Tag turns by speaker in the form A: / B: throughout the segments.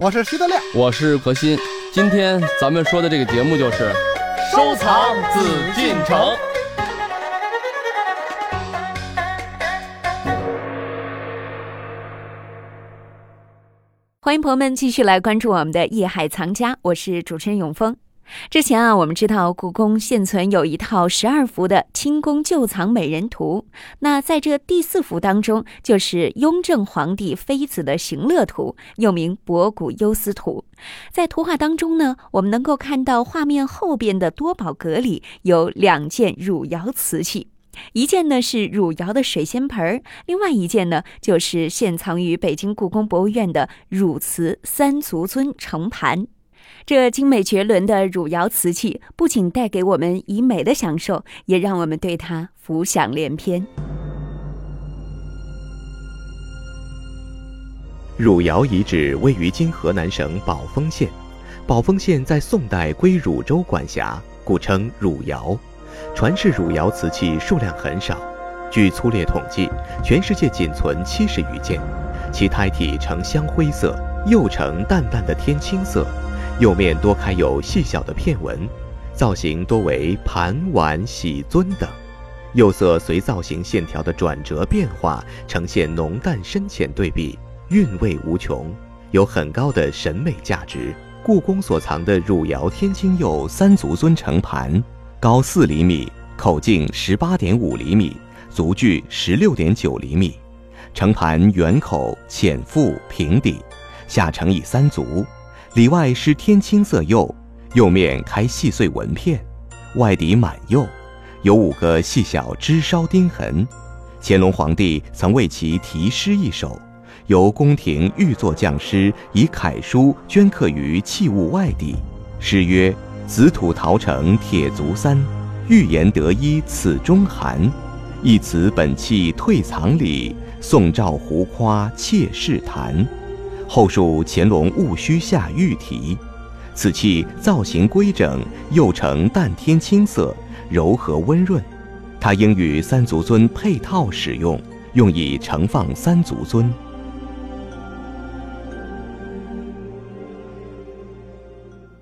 A: 我是徐德亮，
B: 我是何鑫。今天咱们说的这个节目就是
A: 收藏紫禁城。
C: 欢迎朋友们继续来关注我们的《夜海藏家》，我是主持人永峰。之前啊，我们知道故宫现存有一套十二幅的清宫旧藏美人图，那在这第四幅当中，就是雍正皇帝妃子的行乐图，又名博古幽思图。在图画当中呢，我们能够看到画面后边的多宝阁里有两件汝窑瓷器。一件呢是汝窑的水仙盆儿，另外一件呢就是现藏于北京故宫博物院的汝瓷三足尊盛盘。这精美绝伦的汝窑瓷器，不仅带给我们以美的享受，也让我们对它浮想联翩。
D: 汝窑遗址位于今河南省宝丰县，宝丰县在宋代归汝州管辖，故称汝窑。传世汝窑瓷器数量很少，据粗略统计，全世界仅存七十余件，其胎体呈香灰色，釉呈淡淡的天青色，釉面多开有细小的片纹，造型多为盘、碗、喜尊等。釉色随造型线条的转折变化，呈现浓淡深浅对比，韵味无穷，有很高的审美价值。故宫所藏的汝窑天青釉三足尊盛盘，高四厘米，口径十八点五厘米，足距十六点九厘米。盛盘圆口浅腹平底，下承以三足，里外施天青色釉，釉面开细碎纹片，外底满釉，有五个细小枝梢钉痕。乾隆皇帝曾为其题诗一首，由宫廷御作匠师以楷书镌刻于器物外地，诗曰：“紫土陶成铁足三，欲言得一此中含。一词本气退藏里，宋赵胡夸妾试谈。后述乾隆戊戌下御题。此器造型规整，釉呈淡天青色，柔和温润。它应与三足尊配套使用，用以盛放三足尊。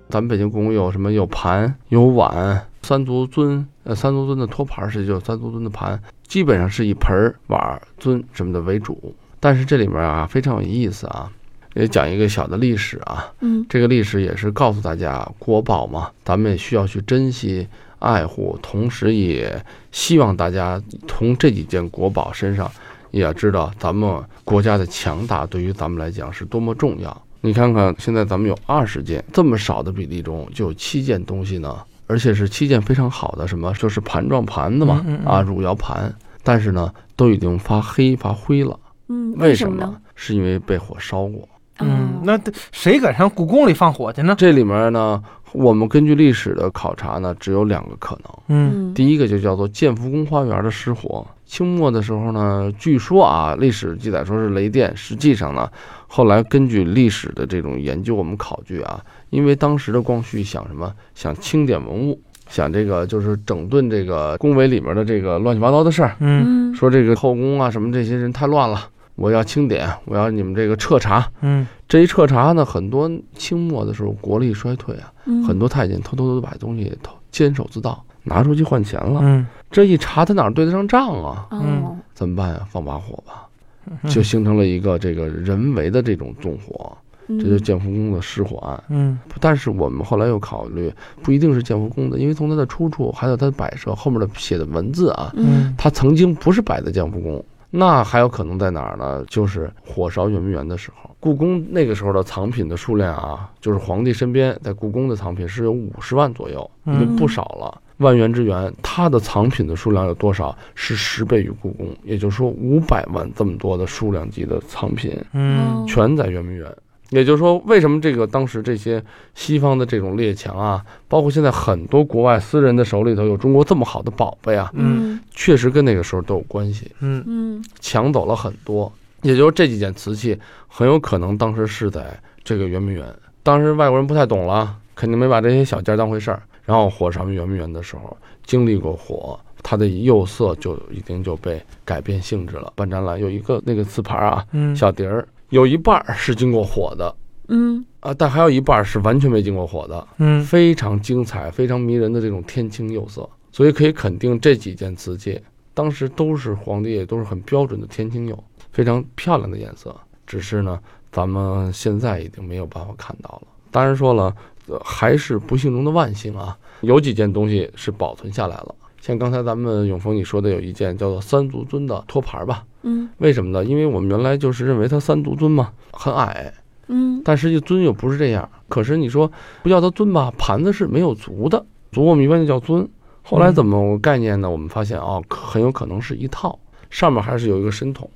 B: 咱们北京故宫有什么？有盘，有碗，三足尊，呃，三足尊的托盘是就有三足尊的盘，基本上是以盆儿、碗儿、尊什么的为主。但是这里面啊非常有意思啊，也讲一个小的历史啊，
C: 嗯，
B: 这个历史也是告诉大家国宝嘛，咱们也需要去珍惜、爱护，同时也希望大家从这几件国宝身上也要知道咱们国家的强大对于咱们来讲是多么重要。你看看，现在咱们有二十件，这么少的比例中就有七件东西呢，而且是七件非常好的，什么就是盘状盘子嘛，
A: 嗯嗯嗯
B: 啊，汝窑盘，但是呢，都已经发黑发灰了，
C: 嗯，
B: 为
C: 什
B: 什
C: 么
B: 么
C: 呢？？
B: 是因为被火烧过。
A: 嗯
C: 哦，
A: 那这谁敢上故宫里放火去呢？
B: 这里面呢，我们根据历史的考察呢，只有两个可能。
A: 嗯
C: 嗯，
B: 第一个就叫做建福宫花园的失火。清末的时候呢，据说啊，历史记载说是雷电，实际上呢，后来根据历史的这种研究，我们考据啊，因为当时的光绪想什么，想清点文物，想这个就是整顿这个宫闱里面的这个乱七八糟的事儿，
A: 嗯
C: 嗯，
B: 说这个后宫啊什么这些人太乱了，我要清点，我要你们这个彻查。
A: 嗯
B: 这一彻查呢，很多清末的时候国力衰退啊，
C: 嗯
B: 很多太监偷偷的把东西偷监守自盗，拿出去换钱了。
A: 嗯，
B: 这一查，他哪儿对得上账啊？
C: 哦，
B: 怎么办呀、放把火吧，
A: 嗯
B: 就形成了一个这个人为的这种纵火，
C: 这
B: 这就是建福宫的失火案。
A: 嗯
B: 但是我们后来又考虑，不一定是建福宫的，因为从它的出处还有它的摆设后面的写的文字啊，
C: 嗯
B: 它曾经不是摆在建福宫，那还有可能在哪儿呢？就是火烧圆明园的时候，故宫那个时候的藏品的数量啊，就是皇帝身边在故宫的藏品是有五十万左右，已
A: 嗯
B: 经不少了。万元之源，它的藏品的数量有多少？是十倍于故宫，也就是说五百万这么多的数量级的藏品，
A: 嗯
B: 全在圆明园。也就是说，为什么这个当时这些西方的这种列强啊，包括现在很多国外私人的手里头有中国这么好的宝贝啊，
A: 嗯
C: 嗯
B: 确实跟那个时候都有关系。
A: 嗯
C: 嗯
B: 抢走了很多，也就是这几件瓷器很有可能当时是在这个圆明园。当时外国人不太懂了，肯定没把这些小件当回事儿。然后火烧圆明园的时候，经历过火，它的釉色就已经就被改变性质了。半展览有一个那个瓷盘啊，
A: 嗯
B: 小碟儿有一半儿是经过火的
C: 嗯
B: 啊，但还有一半儿是完全没经过火的，
A: 嗯，
B: 非常精彩、非常迷人的这种天青釉色。所以可以肯定，这几件瓷器当时都是皇帝也都是很标准的天青釉，非常漂亮的颜色。只是呢，咱们现在已经没有办法看到了。当然说了，呃还是不幸中的万幸啊，有几件东西是保存下来了。像刚才咱们永峰你说的有一件叫做三足尊的托盘吧，
C: 嗯
B: 为什么呢？因为我们原来就是认为它三足尊嘛，很矮，
C: 嗯
B: 但实际尊又不是这样。可是你说不叫它尊吧，盘子是没有足的，足我们一般就叫尊。后来怎么概念呢？我们发现啊，可很有可能是一套，上面还是有一个深筒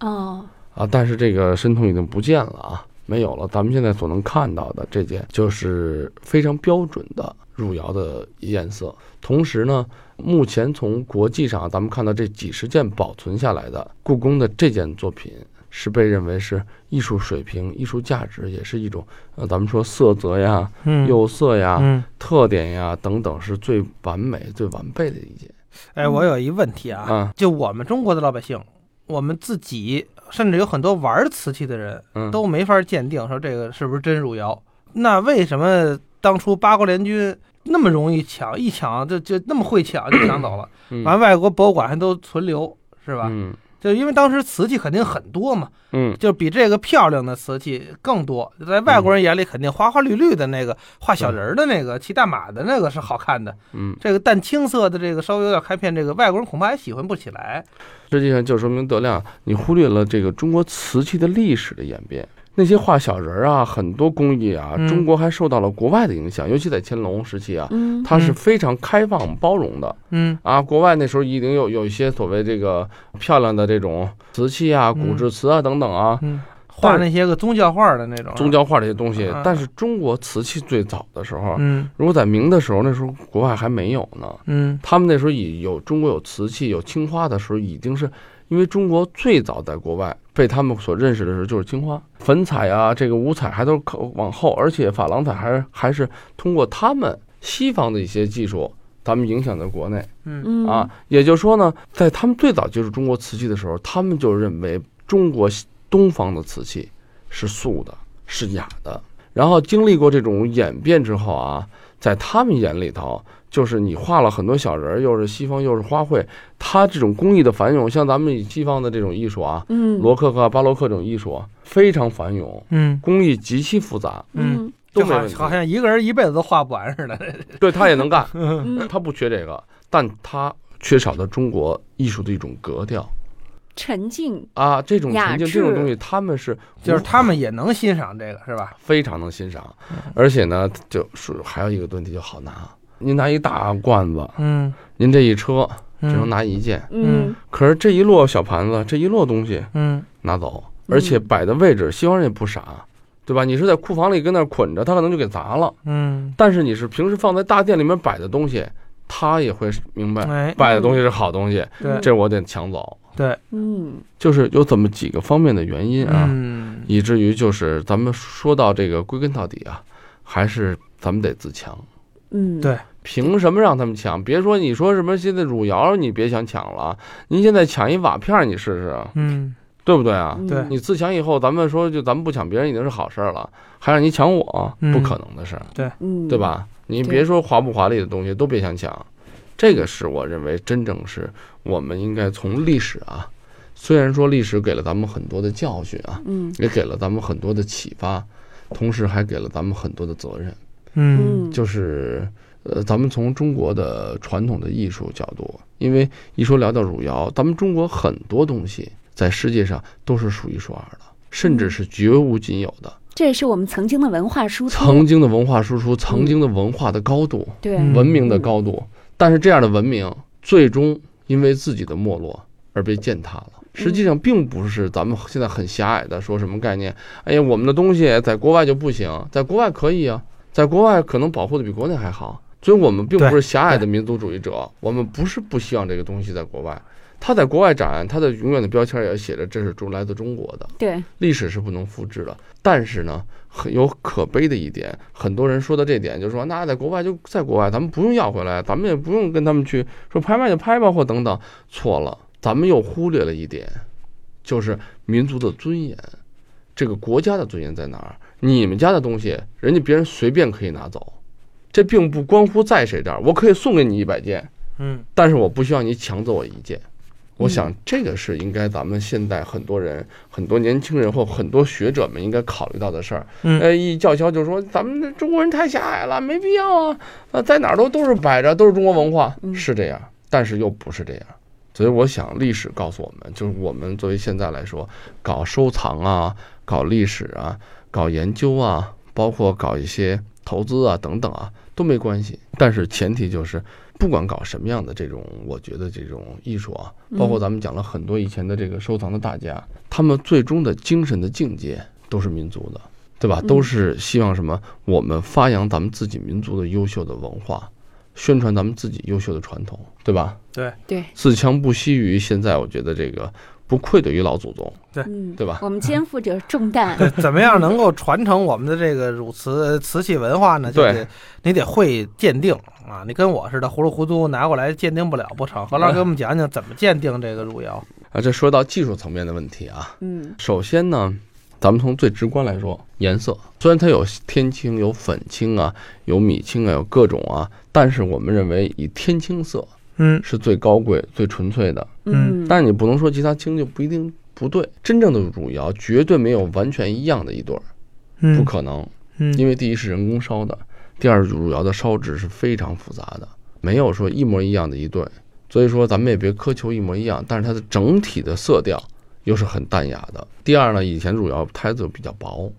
C: 哦
B: 啊，但是这个深筒已经不见了啊，没有了。咱们现在所能看到的这件就是非常标准的汝窑的颜色。同时呢，目前从国际上咱们看到这几十件保存下来的故宫的这件作品，是被认为是艺术水平、艺术价值，也是一种呃，咱们说色泽呀、
A: 嗯
B: 釉色呀、
A: 嗯，
B: 特点呀等等，是最完美、最完备的一件
A: 哎，我有一问题啊，
B: 啊。
A: 就我们中国的老百姓，我们自己甚至有很多玩瓷器的人
B: 嗯，
A: 都没法鉴定说这个是不是真汝窑。那为什么当初八国联军那么容易抢，一抢就就那么会抢就抢走了？
B: 嗯
A: 完，外国博物馆还都存留，是吧？
B: 嗯
A: 就因为当时瓷器肯定很多嘛，
B: 嗯，
A: 就比这个漂亮的瓷器更多，在外国人眼里肯定花花绿绿的那个画小人儿的那个骑大马的那个是好看的，
B: 嗯，
A: 这个淡青色的这个稍微有点开片，这个外国人恐怕也喜欢不起来。
B: 实际上就说明德亮，你忽略了这个中国瓷器的历史的演变。那些画小人儿啊，很多工艺啊，
A: 嗯
B: 中国还受到了国外的影响，尤其在乾隆时期啊，
C: 嗯
B: 它是
A: 嗯
B: 非常开放包容的。
A: 嗯
B: 啊，国外那时候已经有有一些所谓这个漂亮的这种瓷器啊、
A: 嗯
B: 骨制瓷啊等等啊，
A: 嗯，画那些个宗教画的那种
B: 宗，教画这些东西
A: 啊。
B: 但是中国瓷器最早的时候，
A: 嗯
B: 如果在明的时候，那时候国外还没有呢。
A: 嗯
B: 他们那时候已有中国有瓷器、有青花的时候，已经是因为中国最早在国外被他们所认识的时候就是青花、粉彩啊，这个五彩还都是靠往后，而且珐琅彩还是还是通过他们西方的一些技术，咱们影响到国内。
A: 嗯
C: 嗯
B: 啊，也就是说呢，在他们最早接触中国瓷器的时候，他们就认为中国西东方的瓷器是素的，是雅的。然后经历过这种演变之后啊，在他们眼里头，就是你画了很多小人儿，又是西方又是花卉，它这种工艺的繁荣，像咱们西方的这种艺术啊，
C: 嗯
B: 罗克克啊、巴洛克这种艺术啊非常繁荣，
A: 嗯，
B: 工艺极其复杂，
C: 嗯
B: 都
A: 就
B: 没
A: 好
B: 问题。嗯
A: 好像一个人一辈子都画不完似的。
B: 对他也能干，
C: 嗯
B: 他不缺这个，但他缺少的中国艺术的一种格调。
C: 沉静
B: 啊，这种
C: 雅
B: 沉浸这种
C: 致
B: 东西，他们是
A: 就是
B: 无
A: 他们也能欣赏这个，是吧？
B: 非常能欣赏，而且呢，就是还有一个问题就好拿。您拿一大罐子，
A: 嗯，
B: 您这一车只
A: 嗯
B: 能拿一件，
C: 嗯
B: 可是这一摞小盘子，这一摞东西
A: 嗯
B: 拿走，而且摆的位置，西方人也不傻，对吧？你是在库房里跟那儿捆着，他可能就给砸了；
A: 嗯，
B: 但是你是平时放在大殿里面摆的东西，他也会明白
A: 哎，
B: 摆的东西是好东西，
A: 对
B: 这我得抢走。
A: 对，
C: 嗯
B: 就是有这么几个方面的原因啊。
A: 嗯
B: 以至于就是咱们说到这个归根到底啊，还是咱们得自强。
C: 嗯
A: 对
B: 凭什么让他们抢？别说你说什么现在汝窑，你别想抢了，您现在抢一瓦片儿，你试试啊，
A: 嗯
B: 对不对啊？
C: 嗯
A: 对
B: 你自强以后，咱们说就咱们不抢别人已经是好事儿了，还让你抢我，
A: 嗯
B: 不可能的事儿，
C: 嗯
B: 对？吧？你
C: 对
B: 别说华不华丽的东西都别想抢，这个是我认为真正是我们应该从历史啊，虽然说历史给了咱们很多的教训啊，
C: 嗯
B: 也给了咱们很多的启发，同时还给了咱们很多的责任。
A: 嗯
C: 嗯
B: 就是，呃，咱们从中国的传统的艺术角度，因为一说聊到汝窑，咱们中国很多东西在世界上都是数一数二的，甚
C: 嗯
B: 至是绝无仅有的。
C: 这也是我们曾经的文化输出。
B: 曾经的文化输出，曾经的文化的高度，
C: 对，
A: 嗯
B: 文明的高度，但是这样的文明最终因为自己的没落而被践踏了。实际上，并不是咱们现在很狭隘的说什么概念，哎呀，我们的东西在国外就不行，在国外可以啊，在国外可能保护的比国内还好。所以，我们并不是狭隘的民族主义者，我们不是不希望这个东西在国外。它在国外展，它的永远的标签也写着这是中来自中国的，
C: 对，
B: 历史是不能复制的。但是呢，很有可悲的一点，很多人说到这点，就说那在国外就在国外，咱们不用要回来，咱们也不用跟他们去说拍卖就拍吧，或等等。错了，咱们又忽略了一点，就是民族的尊严。这个国家的尊严在哪儿？你们家的东西，人家别人随便可以拿走，这并不关乎在谁这儿。我可以送给你一百件，
A: 嗯
B: 但是我不需要你抢走我一件。我想这个是应该咱们现代很多人、很多年轻人或很多学者们应该考虑到的事儿。
A: 嗯
B: 呃，一叫嚣就说咱们这中国人太狭隘了，没必要啊，呃，在哪儿都都是摆着，都是中国文化，是这样，但是又不是这样。所以我想，历史告诉我们，就是我们作为现在来说，搞收藏啊，搞历史啊，搞研究啊，包括搞一些投资啊等等啊，都没关系。但是前提就是，不管搞什么样的这种，我觉得这种艺术啊，
C: 嗯
B: 包括咱们讲了很多以前的这个收藏的大家，他们最终的精神的境界都是民族的。对吧？
C: 嗯
B: 都是希望什么？我们发扬咱们自己民族的优秀的文化，宣传咱们自己优秀的传统，对吧？
C: 对，
B: 自强不息于现在，我觉得这个不愧对于老祖宗。
C: 嗯，
B: 对吧
C: 我们肩负着重担，
A: 对，怎么样能够传承我们的这个汝瓷瓷器文化呢？就
B: 对
A: 得你得会鉴定啊！你跟我似的糊里糊涂拿过来鉴定不了不成？何老师给我们讲讲怎么鉴定这个汝窑？
B: 啊，这说到技术层面的问题啊，
C: 嗯
B: 首先呢，咱们从最直观来说，颜色虽然它有天青、有粉青啊、有米青啊、有各种啊，但是我们认为以天青色
A: 嗯
B: 是最高贵、最纯粹的。
A: 嗯
B: 但是你不能说其他青就不一定不对，真正的汝窑绝对没有完全一样的一对儿，不可能。
A: 嗯
B: 因为第一是人工烧的，第二汝窑的烧制是非常复杂的，没有说一模一样的一对，所以说咱们也别苛求一模一样，但是它的整体的色调又是很淡雅的。第二呢，以前汝窑胎子比较薄，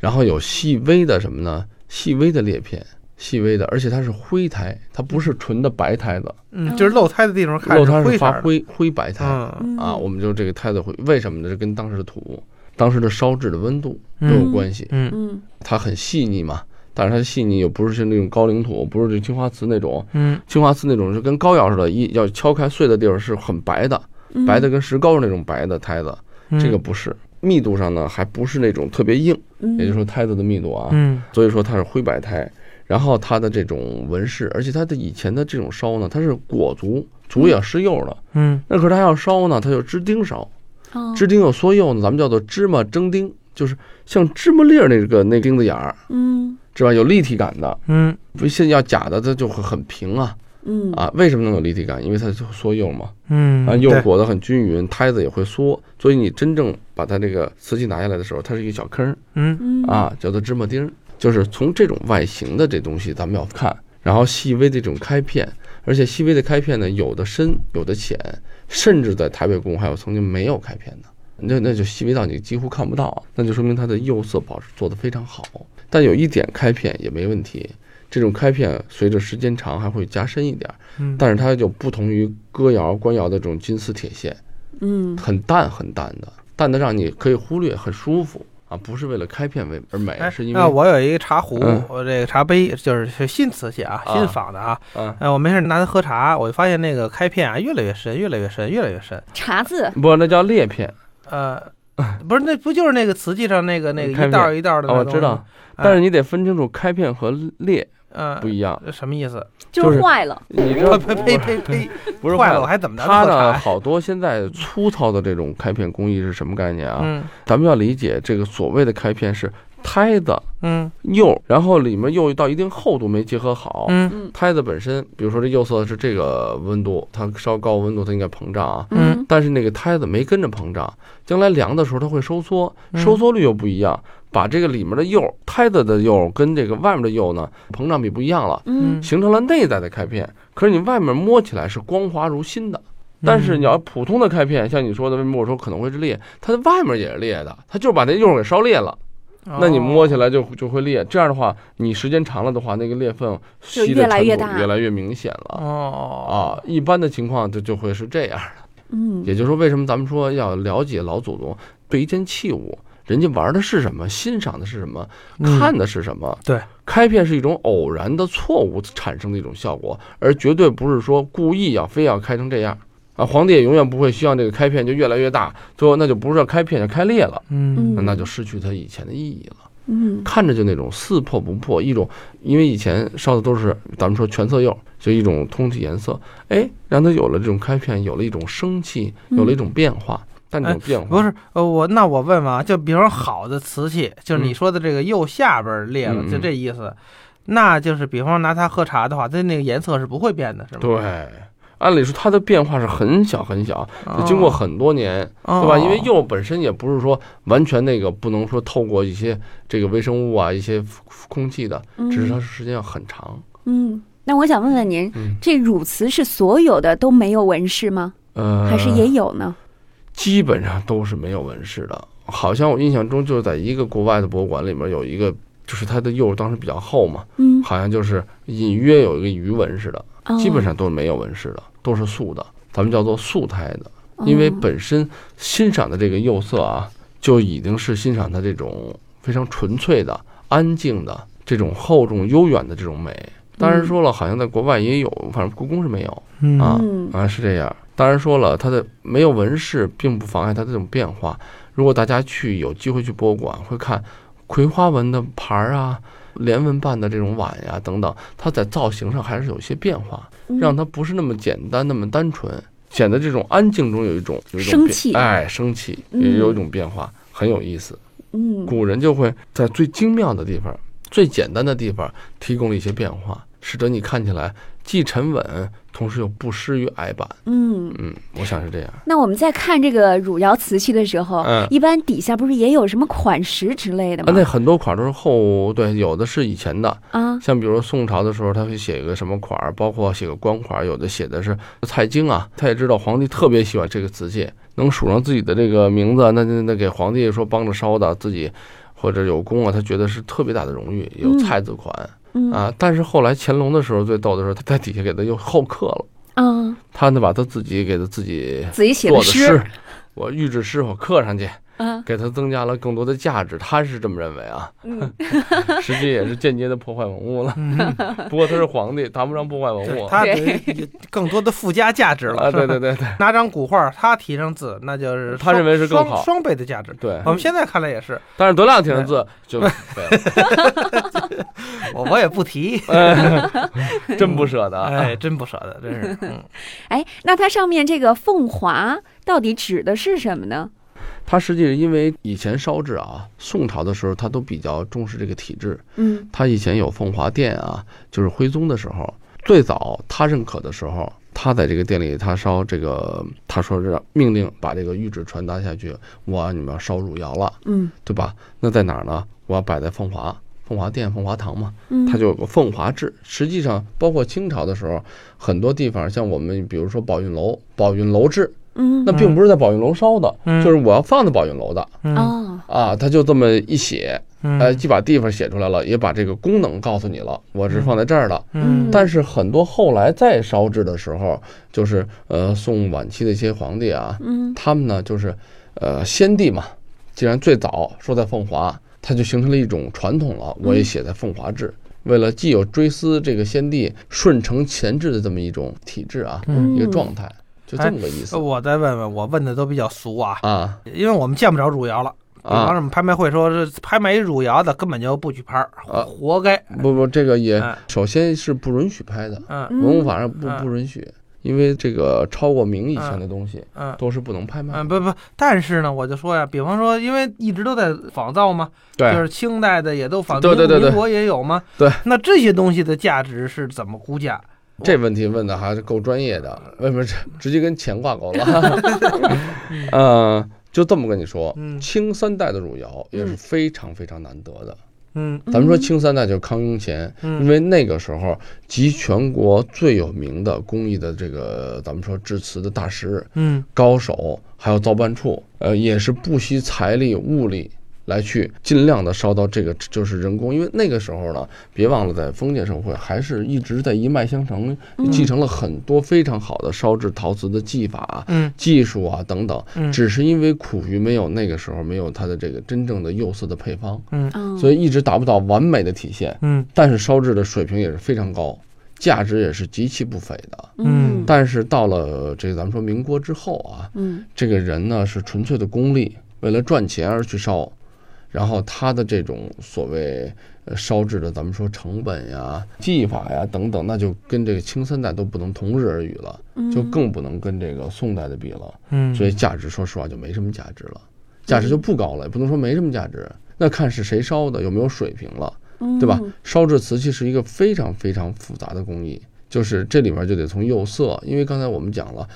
B: 然后有细微的什么呢？细微的裂片，细微的，而且它是灰胎，它不是纯的白胎子，
A: 嗯，就是漏胎的地方看
B: 漏胎
A: 灰
B: 是
A: 色
B: 发
A: 儿的，
B: 灰灰白胎。
A: 嗯
B: 啊，我们就这个胎子会为什么呢？这跟当时的土、当时的烧制的温度都有关系。
A: 嗯
C: 嗯
B: 它很细腻嘛，但是它细腻又不是像那种高岭土，不是这青花瓷那种，
A: 嗯
B: 青花瓷那种是跟膏药似的，一要敲开碎的地儿是很白的，
C: 嗯，
B: 白的跟石膏似的那种白的胎子，
A: 嗯，
B: 这个不是。密度上呢，还不是那种特别硬，
C: 嗯，
B: 也就是说胎子的密度啊，
A: 嗯
B: 所以说它是灰白胎。然后它的这种纹饰，而且它的以前的这种烧呢，它是果足，足也要施釉了，
A: 嗯
B: 那可是它要烧呢，它就支钉烧。
C: 哦
B: 支钉有缩釉呢，咱们叫做芝麻蒸钉，就是像芝麻粒儿那个那钉子眼儿，
C: 嗯
B: 是吧？有立体感的，
A: 嗯
B: 不现在要假的，它就会很平啊
C: 嗯
B: 啊！为什么能有立体感？因为它就缩釉嘛，
A: 嗯，
B: 啊，
A: 对
B: 釉裹得很均匀，胎子也会缩，所以你真正把它这个瓷器拿下来的时候，它是一个小坑儿
A: 嗯
C: 嗯，
B: 啊，叫做芝麻钉儿，就是从这种外形的这东西咱们要看，然后细微的这种开片，而且细微的开片呢，有的深，有的浅，甚至在台北故宫还有曾经没有开片的，那那就细微到你几乎看不到啊，那就说明它的釉色保持做得非常好。但有一点开片也没问题，这种开片随着时间长还会加深一点儿，
A: 嗯
B: 但是它就不同于哥窑、官窑的这种金丝铁线，
C: 嗯
B: 很淡很淡的，淡的让你可以忽略，很舒服啊，不是为了开片为而美，
A: 哎
B: 是因为
A: 那我有一个茶壶，
B: 嗯
A: 我这个茶杯就是是新瓷器啊，
B: 啊
A: 新仿的啊。
B: 啊，
A: 哎，我没事拿它喝茶，我就发现那个开片啊越来越深，越来越深，越来越深。
C: 茶字，
B: 不，那叫裂片，
A: 呃，不是，那不就是那个瓷器上那个那个
B: 开
A: 一
B: 面
A: 道儿一道儿的
B: 啊，
A: 那
B: 我
A: 东
B: 知
A: 西
B: 道
A: 吗，，
B: 但是你得分清楚开片和裂
A: 嗯，
B: 不一样。
A: 呃什么意思？
C: 就
B: 就是
C: 是坏了，
B: 你知道
A: 呸呸呸呸呸！
B: 不是
A: 坏
B: 了
A: 了，我，还怎么着
B: 它
A: 喝茶
B: 呢啊
A: 呀？
B: 好多现在粗糙的这种开片工艺是什么概念啊？
A: 嗯
B: 咱们要理解这个所谓的开片是胎子
A: 嗯
B: 釉，然后里面釉到一定厚度没结合好。
A: 嗯
C: 嗯
B: 胎子本身，比如说这釉色是这个温度，它稍高温度它应该膨胀啊，
C: 嗯
B: 但是那个胎子没跟着膨胀，将来凉的时候它会收缩，
A: 嗯
B: 收缩率又不一样，把这个里面的釉胎子的釉跟这个外面的釉呢膨胀比不一样了，
C: 嗯
B: 形成了内在的开片。可是你外面摸起来是光滑如新的，
C: 嗯
B: 但是你要普通的开片，像你说的，为什么我说可能会是裂？它的外面也是裂的，它就把那釉给烧裂了，
C: 哦
A: 嗯
B: 那你摸起
A: 来，
B: 来就就会裂。这样的话，你时间长了的话，那个裂缝
C: 就
B: 吸
C: 越
B: 的
C: 来
B: 程
C: 越
B: 度
C: 大
B: 越来越明显了。
A: 哦
B: 啊，一般的情况就就会是这样。
C: 嗯
B: 也就是说，为什么咱们说要了解老祖宗对一件器物，人家玩的是什么，欣赏的是什么，
A: 嗯
B: 看的是什么？
A: 对，
B: 开片是一种偶然的错误产生的一种效果，而绝对不是说故意要非要开成这样啊。皇帝也永远不会希望这个开片就越来越大，最后那就不是要开片，就开裂了，
A: 嗯
C: 嗯
B: 那就失去它以前的意义了。
C: 嗯
B: 看着就那种撕破不破，一种因为以前烧的都是咱们说全色釉，就一种通体颜色，哎，让它有了这种开片，有了一种生气，
C: 嗯
B: 有了一种变化。但这种变化、
A: 不是，呃，我那我问问啊，就比如说好的瓷器，就是你说的这个右下边儿裂了，
B: 嗯嗯嗯
A: 就这意思，那就是比方拿它喝茶的话，它那个颜色是不会变的，是吗？
B: 对。按理说，它的变化是很小很小，
A: 哦，
B: 就经过很多年，对
A: 对
B: 吧？因为釉本身也不是说完全那个不能说透过一些这个微生物啊、一些空气的，
C: 嗯
B: 只是它时间要很长。
C: 嗯，那我想问问您，
B: 嗯，
C: 这汝瓷是所有的都没有纹饰吗？
B: 呃，
C: 还是也有呢？
B: 基本上都是没有纹饰的。好像我印象中就是在一个国外的博物馆里面有一个，就是它的釉当时比较厚嘛，
C: 嗯，
B: 好像就是隐约有一个鱼纹似的，
C: 哦
B: 基本上都是没有纹饰的，都是素的，咱们叫做素胎的。因为
C: 哦
B: 本身欣赏的这个釉色啊，就已经是欣赏它这种非常纯粹的、安静的、这种厚重悠远的这种美。当然说了，好像在国外也有，反正故宫是没有
A: 嗯
B: 啊
C: 嗯
B: 啊，是这样。当然说了，它的没有纹饰并不妨碍它这种变化。如果大家去有机会去博物馆，会看葵花纹的盘儿啊、莲纹瓣的这种碗呀、等等，它在造型上还是有一些变化。让它不是那么简单、那么单纯，显得这种安静中有一种有一种
C: 生
B: 变
C: 气
B: 哎，生气
C: 嗯
B: 也有一种变化，很有意思。
C: 嗯
B: 古人就会在最精妙的地方、最简单的地方提供了一些变化，使得你看起来既沉稳，同时又不失于矮板。
C: 嗯，
B: 嗯，我想是这样。
C: 那我们在看这个汝窑瓷器的时候，
B: 嗯
C: 一般底下不是也有什么款识之类的
B: 啊，那
C: 吗？
B: 很多款都是后对，有的是以前的，
C: 啊，
B: 像比如宋朝的时候，他会写一个什么款儿，包括写个官款儿，有的写的是蔡京啊，他也知道皇帝特别喜欢这个瓷器，能数上自己的这个名字，啊那那那给皇帝说帮着烧的，自己或者有功啊，他觉得是特别大的荣誉，有
C: 嗯
B: 蔡字款、
C: 嗯啊
B: 啊。但是后来乾隆的时候最逗的时候，他在底下给他又后刻了，他呢把他自己给他自己
C: 啊自己写
B: 做
C: 的
B: 的诗
C: 诗，，
B: 我御制诗我刻上去，
C: 嗯
B: 给他增加了更多的价值，他是这么认为 啊，
C: 嗯
B: 实际也是间接的破坏文物了。
A: 嗯，
B: 不过他是皇帝，谈不上破坏文物。
A: 它
C: 对
A: 等于更多的附加价值了。
B: 啊，对对
A: 是吧，
B: 对对
A: 拿张古画，它提上字，那就是
B: 他认为是更
A: 双
B: 好
A: 双双倍的价值。
B: 对
A: 我。们现在看来也是，
B: 但是德亮挺的字就没了，
A: 我我也不提，
B: 哎真不舍得啊。
A: 哎，真不舍得，真是。嗯
C: 哎，那它上面这个凤华到底指的是什么呢？
B: 他实际是因为以前烧制啊，宋朝的时候他都比较重视这个体制，
C: 嗯
B: 他以前有奉华殿啊，就是徽宗的时候，最早他认可的时候，他在这个殿里他烧这个，他说是命令把这个谕旨传达下去，我你们要烧汝窑了，
C: 嗯
B: 对吧？那在哪儿呢？我要摆在奉华，奉华殿、奉华堂嘛。
C: 嗯，
B: 它就有个奉华制。实际上，包括清朝的时候，很多地方像我们，比如说宝运楼，宝运楼制，
C: 嗯
B: 那并不是在宝运楼烧的，
A: 嗯
B: 就是我要放在宝运楼的
A: 嗯
C: 哦
B: 啊。他就这么一写，呃，
A: 嗯
B: 既把地方写出来了，也把这个功能告诉你了，我是放在这儿的。
A: 嗯
B: 但是很多后来再烧制的时候，就是呃宋晚期的一些皇帝啊，
C: 嗯
B: 他们呢就是呃先帝嘛，既然最早说在奉华，它就形成了一种传统了。
A: 嗯
B: 我也写在奉华制，为了既有追思这个先帝顺承前制的这么一种体制啊，
A: 嗯
B: 一个状态，就这么个意思、
A: 呃我再问问，我问的都比较俗啊，
B: 啊
A: 因为我们见不着汝窑了。比方
B: 啊！
A: 什么拍卖会说这拍卖一汝窑的根本就不许拍儿，
B: 啊
A: 活该。
B: 不不，这个也
A: 哎
B: 首先是不允许拍的，
A: 嗯
C: 嗯
B: 文物法上不
A: 嗯
B: 不允许，因为这个超过名以前
A: 嗯
B: 的东西
A: 嗯
B: 都是不能拍卖
A: 嗯，
B: 的。
A: 不不，但是呢，我就说呀，比方说，因为一直都在仿造嘛，就
B: 对，
A: 是清代的也都仿，
B: 对对对对
A: 民国也有嘛。
B: 对，
A: 那这些东西的价值是怎么估价？
B: 这问题问的还是够专业的，为什么这直接跟钱挂钩了？ 嗯，就这么跟你说，
A: 嗯
B: 清三代的汝窑也是
C: 嗯
B: 非常非常难得的。
A: 嗯
B: 咱们说清三代就是康雍乾，因
A: 嗯
B: 为那个时候集全国最有名的工艺的这个咱们说制瓷的大师、
A: 嗯
B: 高手，还有造办处，呃，也是不惜财力物力。来去尽量的烧到这个就是人工，因为那个时候呢，别忘了在封建社会还是一直在一脉相承，继承了很多非常好的烧制陶瓷的技法啊、
A: 嗯
B: 技术啊等等。
A: 嗯
B: 只是因为苦于没有那个时候没有它的这个真正的釉色的配方，
C: 嗯，
B: 所
C: 以
B: 以一直达不到完美的体现。
A: 嗯
B: 但是烧制的水平也是非常高，价值也是极其不菲的。
C: 嗯
B: 但是到了这个咱们说民国之后啊，
C: 嗯
B: 这个人呢是纯粹的功利，为了赚钱而去烧，然后它的这种所谓呃烧制的，咱们说成本呀、技法呀等等，那就跟这个清三代都不能同日而语了，就更不能跟这个宋代的比了。
A: 嗯，
B: 所以价值说实话就没什么价值了，价值就不高了，也不能说没什么价值，那看是谁烧的，有没有水平了，
C: 嗯
B: 对吧？烧制瓷器是一个非常非常复杂的工艺，就是这里面就得从釉色，因为刚才我们讲了，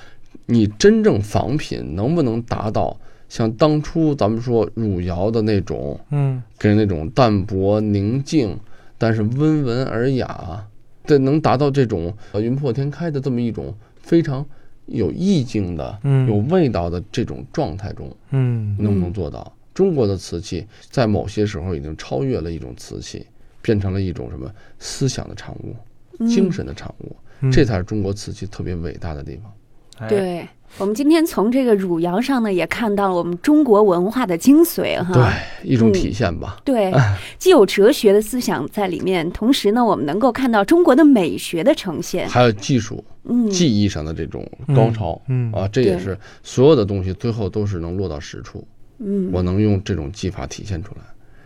B: 你真正仿品能不能达到像当初咱们说汝窑的那种，
A: 嗯
B: 给人那种淡泊宁静，但是温文尔雅，这能达到这种呃云破天开的这么一种非常有意境的、
A: 嗯
B: 有味道的这种状态中，
A: 嗯
B: 能不能做到？中国的瓷器在某些时候已经超越了一种瓷器，变成了一种什么思想的产物、
E: 嗯
B: 精神的产物，
A: 嗯，
B: 这才是中国瓷器特别伟大的地方。
A: 哎
E: 对。我们今天从这个汝窑上呢，也看到了我们中国文化的精髓哈。
B: 对，一种体现吧。
E: 对，既有哲学的思想在里面，同时呢，我们能够看到中国的美学的呈现。
B: 还有技术、
E: 嗯，
B: 技艺上的这种高潮，
A: 嗯
B: 啊，这也
E: 对
B: 是所有的东西最后都是能落到实处。
E: 嗯，
B: 我能用这种技法体现出来，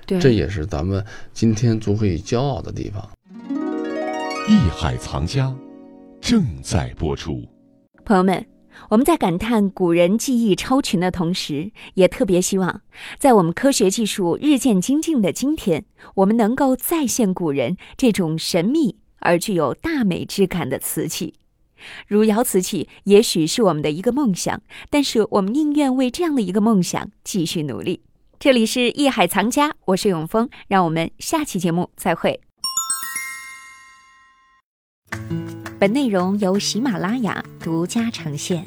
E: 对，
B: 这也是咱们今天足可以骄傲的地方。
F: 艺海藏家正在播出。
C: 朋友们，我们在感叹古人技艺超群的同时，也特别希望，在我们科学技术日渐精进的今天，我们能够再现古人这种神秘而具有大美之感的瓷器。汝窑瓷器也许是我们的一个梦想，但是我们宁愿为这样的一个梦想继续努力。这里是艺海藏家，我是永峰，让我们下期节目再会。本内容由喜马拉雅独家呈现。